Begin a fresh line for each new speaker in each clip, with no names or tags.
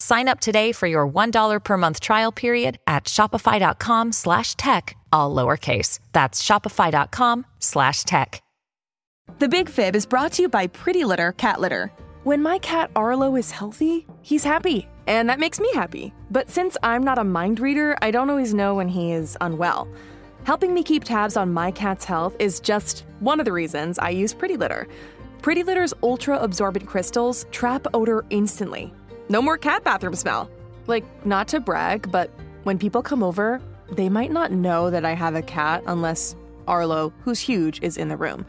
Sign up today for your $1 per month trial period at shopify.com slash tech, all lowercase. That's shopify.com slash tech.
The Big Fib is brought to you by Pretty Litter Cat Litter. When my cat Arlo is healthy, he's happy, and that makes me happy. But since I'm not a mind reader, I don't always know when he is unwell. Helping me keep tabs on my cat's health is just one of the reasons I use Pretty Litter. Pretty Litter's ultra absorbent crystals trap odor instantly. No more cat bathroom smell. Like, not to brag, but when people come over, they might not know that I have a cat unless Arlo, who's huge, is in the room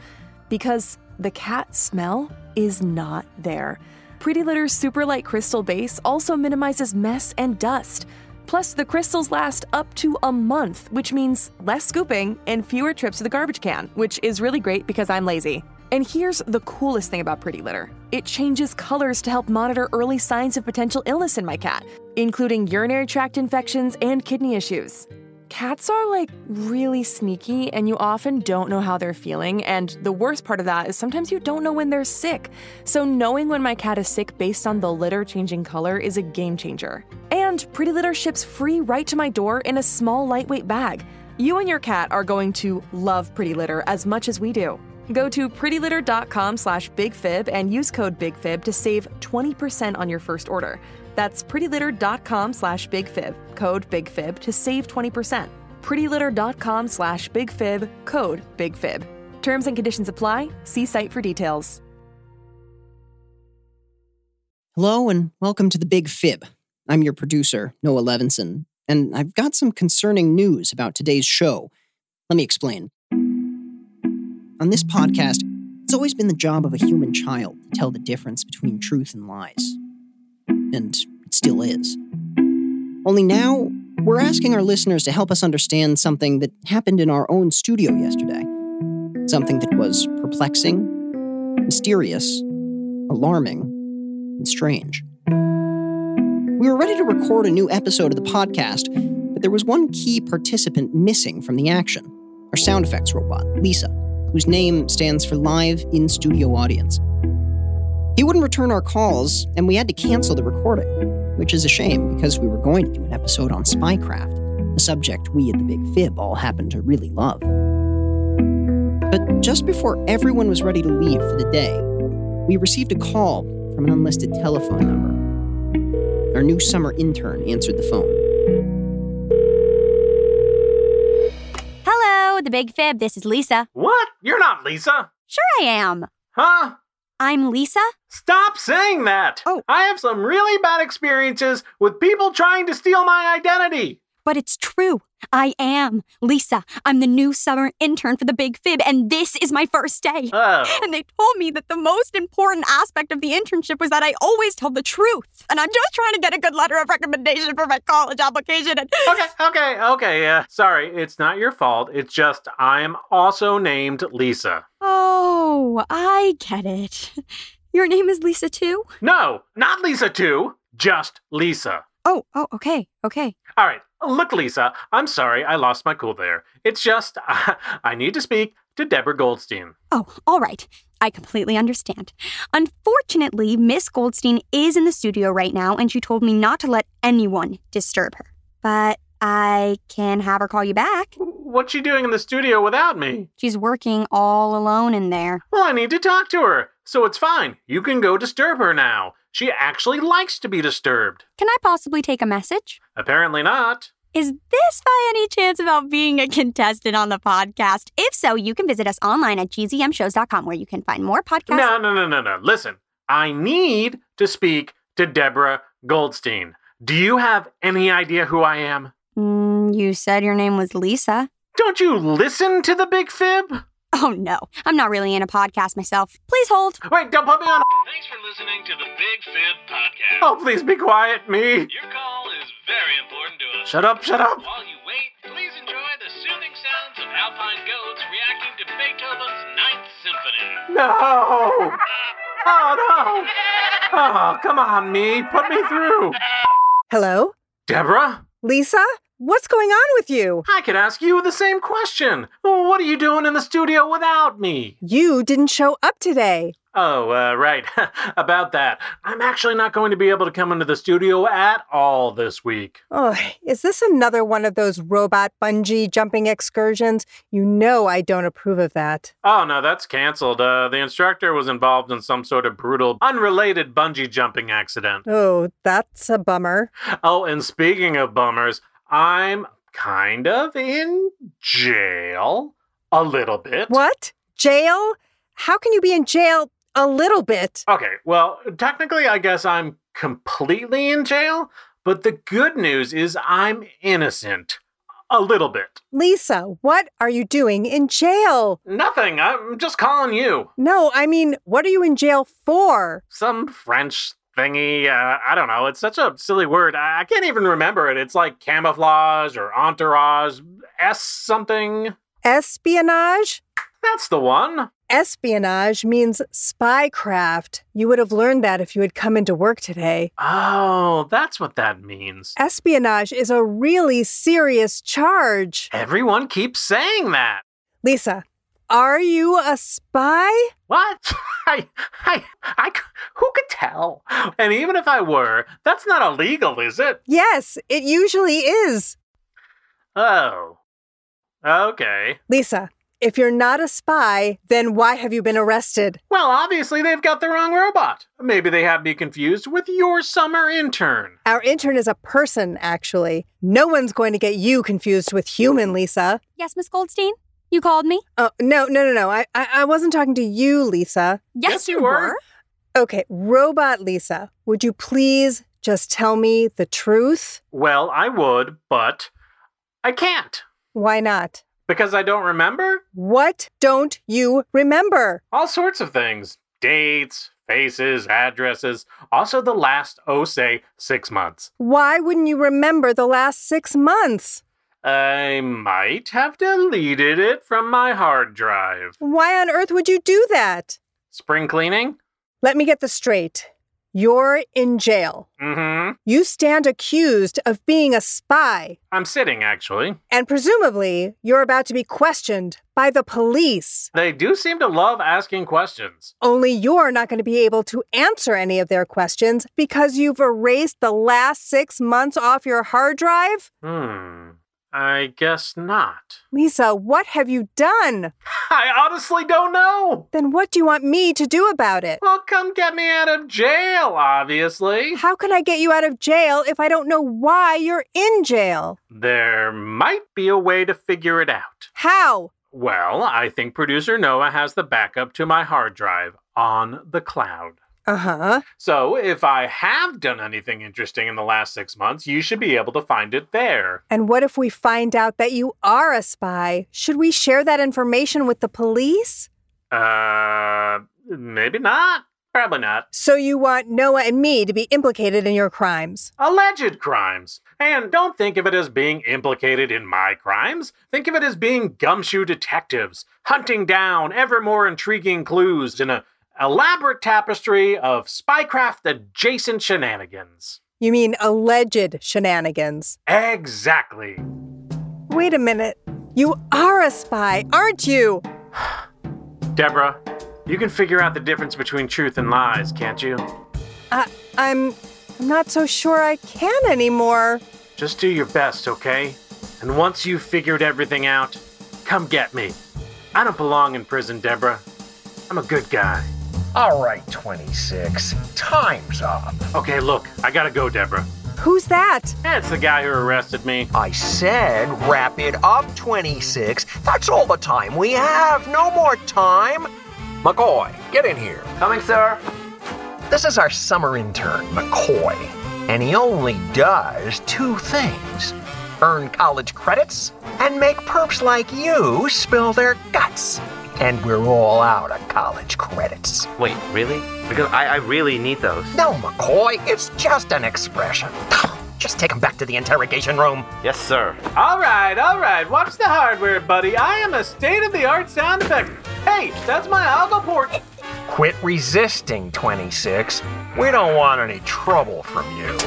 because the cat smell is not there. Pretty Litter's super light crystal base also minimizes mess and dust. Plus, the crystals last up to a month, which means less scooping and fewer trips to the garbage can, which is really great because I'm lazy. And here's the coolest thing about Pretty Litter it changes colors to help monitor early signs of potential illness in my cat, including urinary tract infections and kidney issues. Cats are like really sneaky, and you often don't know how they're feeling. And the worst part of that is sometimes you don't know when they're sick. So, knowing when my cat is sick based on the litter changing color is a game changer. And Pretty Litter ships free right to my door in a small, lightweight bag. You and your cat are going to love Pretty Litter as much as we do. Go to prettylitter.com slash bigfib and use code bigfib to save 20% on your first order. That's prettylitter.com slash bigfib, code bigfib to save 20%. prettylitter.com slash bigfib, code bigfib. Terms and conditions apply. See site for details.
Hello and welcome to The Big Fib. I'm your producer, Noah Levinson, and I've got some concerning news about today's show. Let me explain. On this podcast, it's always been the job of a human child to tell the difference between truth and lies. And it still is. Only now, we're asking our listeners to help us understand something that happened in our own studio yesterday. Something that was perplexing, mysterious, alarming, and strange. We were ready to record a new episode of the podcast, but there was one key participant missing from the action our sound effects robot, Lisa, whose name stands for Live in Studio Audience. He wouldn't return our calls, and we had to cancel the recording, which is a shame because we were going to do an episode on spycraft, a subject we at the Big Fib all happen to really love. But just before everyone was ready to leave for the day, we received a call from an unlisted telephone number. Our new summer intern answered the phone.
Hello, the Big Fib. This is Lisa.
What? You're not Lisa?
Sure, I am.
Huh?
I'm Lisa.
Stop saying that!
Oh.
I have some really bad experiences with people trying to steal my identity!
But it's true. I am Lisa. I'm the new summer intern for the Big Fib, and this is my first day.
Oh.
And they told me that the most important aspect of the internship was that I always tell the truth. And I'm just trying to get a good letter of recommendation for my college application. And
Okay, okay, okay. Uh, sorry, it's not your fault. It's just I'm also named Lisa.
oh, I get it. Your name is Lisa too?
No, not Lisa 2, just Lisa.
Oh, oh, okay, okay.
All right, look, Lisa, I'm sorry I lost my cool there. It's just I need to speak to Deborah Goldstein.
Oh, all right. I completely understand. Unfortunately, Miss Goldstein is in the studio right now, and she told me not to let anyone disturb her. But I can have her call you back.
What's she doing in the studio without me?
She's working all alone in there.
Well, I need to talk to her. So it's fine. You can go disturb her now. She actually likes to be disturbed.
Can I possibly take a message?
Apparently not.
Is this by any chance about being a contestant on the podcast? If so, you can visit us online at gzmshows.com where you can find more podcasts.
No, no, no, no, no. Listen, I need to speak to Deborah Goldstein. Do you have any idea who I am?
Mm, you said your name was Lisa.
Don't you listen to the big fib?
Oh no, I'm not really in a podcast myself. Please hold.
Wait, don't put me on.
Thanks for listening to the Big Fib Podcast.
Oh, please be quiet, me.
Your call is very important to us.
Shut up, shut up.
While you wait, please enjoy the soothing sounds of alpine goats reacting to Beethoven's Ninth Symphony.
No. Oh, no. Oh, come on, me. Put me through.
Hello?
Deborah,
Lisa? What's going on with you?
I could ask you the same question. What are you doing in the studio without me?
You didn't show up today.
Oh, uh, right. About that. I'm actually not going to be able to come into the studio at all this week.
Oh, is this another one of those robot bungee jumping excursions? You know I don't approve of that.
Oh, no, that's canceled. Uh, the instructor was involved in some sort of brutal, unrelated bungee jumping accident.
Oh, that's a bummer.
Oh, and speaking of bummers, I'm kind of in jail a little bit.
What? Jail? How can you be in jail a little bit?
Okay, well, technically, I guess I'm completely in jail, but the good news is I'm innocent. A little bit.
Lisa, what are you doing in jail?
Nothing. I'm just calling you.
No, I mean, what are you in jail for?
Some French thingy. Uh, I don't know. It's such a silly word. I I can't even remember it. It's like camouflage or entourage, S something.
Espionage?
That's the one.
Espionage means spycraft. You would have learned that if you had come into work today.
Oh, that's what that means.
Espionage is a really serious charge.
Everyone keeps saying that.
Lisa, are you a spy?
What? I, I, I, c- who could tell? And even if I were, that's not illegal, is it?
Yes, it usually is.
Oh. Okay.
Lisa, if you're not a spy, then why have you been arrested?
Well, obviously they've got the wrong robot. Maybe they have me confused with your summer intern.
Our intern is a person, actually. No one's going to get you confused with human, Lisa.
Yes, Miss Goldstein? You called me?
Oh, no, no, no, no. I, I, I wasn't talking to you, Lisa.
Yes,
Yes, you were.
Okay, robot Lisa, would you please just tell me the truth?
Well, I would, but I can't
Why not?
because I don't remember
What don't you remember?
all sorts of things dates, faces, addresses, also the last, oh, say, six months.
Why wouldn't you remember the last six months?
I might have deleted it from my hard drive.
Why on earth would you do that?
Spring cleaning?
Let me get this straight. You're in jail.
Mm hmm.
You stand accused of being a spy,
I'm sitting, actually.
and presumably, you're about to be questioned by the police.
They do seem to love asking questions.
Only you're not going to be able to answer any of their questions because you've erased the last six months off your hard drive?
Hmm. I guess not.
Lisa, what have you done?
I honestly don't know.
Then what do you want me to do about it?
Well, come get me out of jail, obviously.
How can I get you out of jail if I don't know why you're in jail?
There might be a way to figure it out.
How?
Well, I think producer Noah has the backup to my hard drive on the cloud.
Uh huh.
So, if I have done anything interesting in the last six months, you should be able to find it there.
And what if we find out that you are a spy? Should we share that information with the police?
Uh, maybe not. Probably not.
So you want Noah and me to be implicated in your crimes?
Alleged crimes. And don't think of it as being implicated in my crimes. Think of it as being gumshoe detectives, hunting down ever more intriguing clues in a elaborate tapestry of spycraft adjacent shenanigans.
You mean alleged shenanigans?
Exactly.
Wait a minute. You are a spy, aren't you?
Deborah, you can figure out the difference between truth and lies, can't you?
I, I'm I'm not so sure I can anymore.
Just do your best, okay? And once you've figured everything out, come get me. I don't belong in prison, Deborah. I'm a good guy.
All right, 26. Time's up.
Okay, look, I gotta go, Deborah.
Who's that?
That's the guy who arrested me.
I said wrap it up, 26. That's all the time we have. No more time. McCoy, get in here.
Coming, sir.
This is our summer intern, McCoy, and he only does two things earn college credits and make perps like you spill their guts. and we're all out of college credits.
Wait, really? Because I, I really need those.
No, McCoy, it's just an expression. Just take him back to the interrogation room.
Yes, sir.
All right, all right. Watch the hardware, buddy. I am a state of the art sound effect. Hey, that's my algal port.
Quit resisting, 26. We don't want any trouble from you.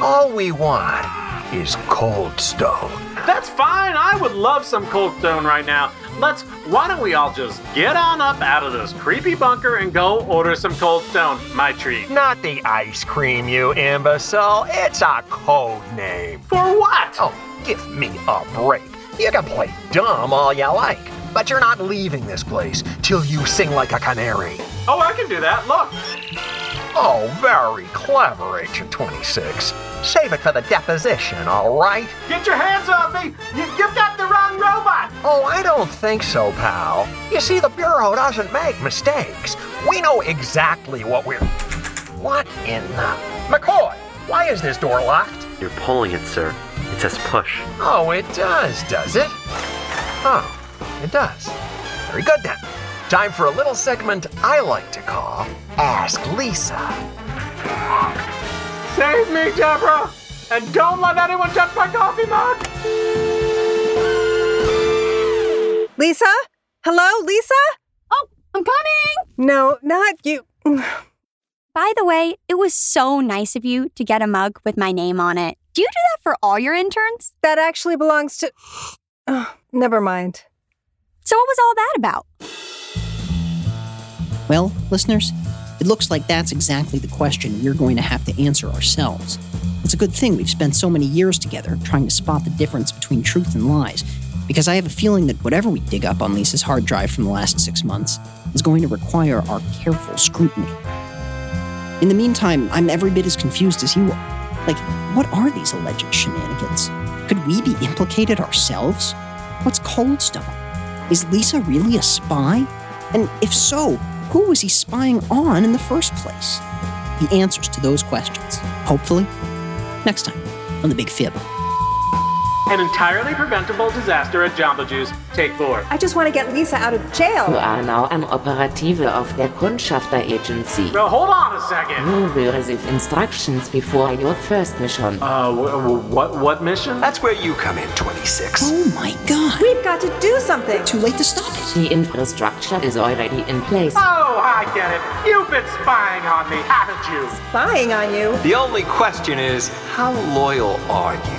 All we want is cold stone.
That's fine. I would love some cold stone right now. Let's. Why don't we all just get on up out of this creepy bunker and go order some cold stone? My treat.
Not the ice cream, you imbecile. It's a code name.
For what?
Oh, give me a break. You can play dumb all you like, but you're not leaving this place till you sing like a canary.
Oh, I can do that. Look.
Oh, very clever, Agent 26. Save it for the deposition, all right?
Get your hands off me! You, you've got the wrong robot!
Oh, I don't think so, pal. You see, the Bureau doesn't make mistakes. We know exactly what we're. What in the. McCoy, why is this door locked?
You're pulling it, sir. It says push.
Oh, it does, does it? Oh, it does. Very good then. Time for a little segment I like to call Ask Lisa.
Save me, Deborah! And don't let anyone touch my coffee mug!
Lisa? Hello, Lisa?
Oh, I'm coming!
No, not you.
By the way, it was so nice of you to get a mug with my name on it. Do you do that for all your interns?
That actually belongs to. Oh, never mind.
So, what was all that about?
Well, listeners, it looks like that's exactly the question we're going to have to answer ourselves. It's a good thing we've spent so many years together trying to spot the difference between truth and lies, because I have a feeling that whatever we dig up on Lisa's hard drive from the last six months is going to require our careful scrutiny. In the meantime, I'm every bit as confused as you are. Like, what are these alleged shenanigans? Could we be implicated ourselves? What's Coldstone? Is Lisa really a spy? And if so, who was he spying on in the first place? The answers to those questions, hopefully, next time on The Big Fib.
An entirely preventable disaster at Jamba Juice. Take four.
I just want to get Lisa out of jail.
You are now an operative of the Kundschafter Agency.
Now, hold on a second.
You will receive instructions before your first mission.
Uh, wh- wh- what, what mission?
That's where you come in, 26.
Oh my god!
We've got to do something.
Too late to stop it!
The infrastructure is already in place.
Oh, I get it. You've been spying on me, haven't you?
Spying on you.
The only question is how loyal are you?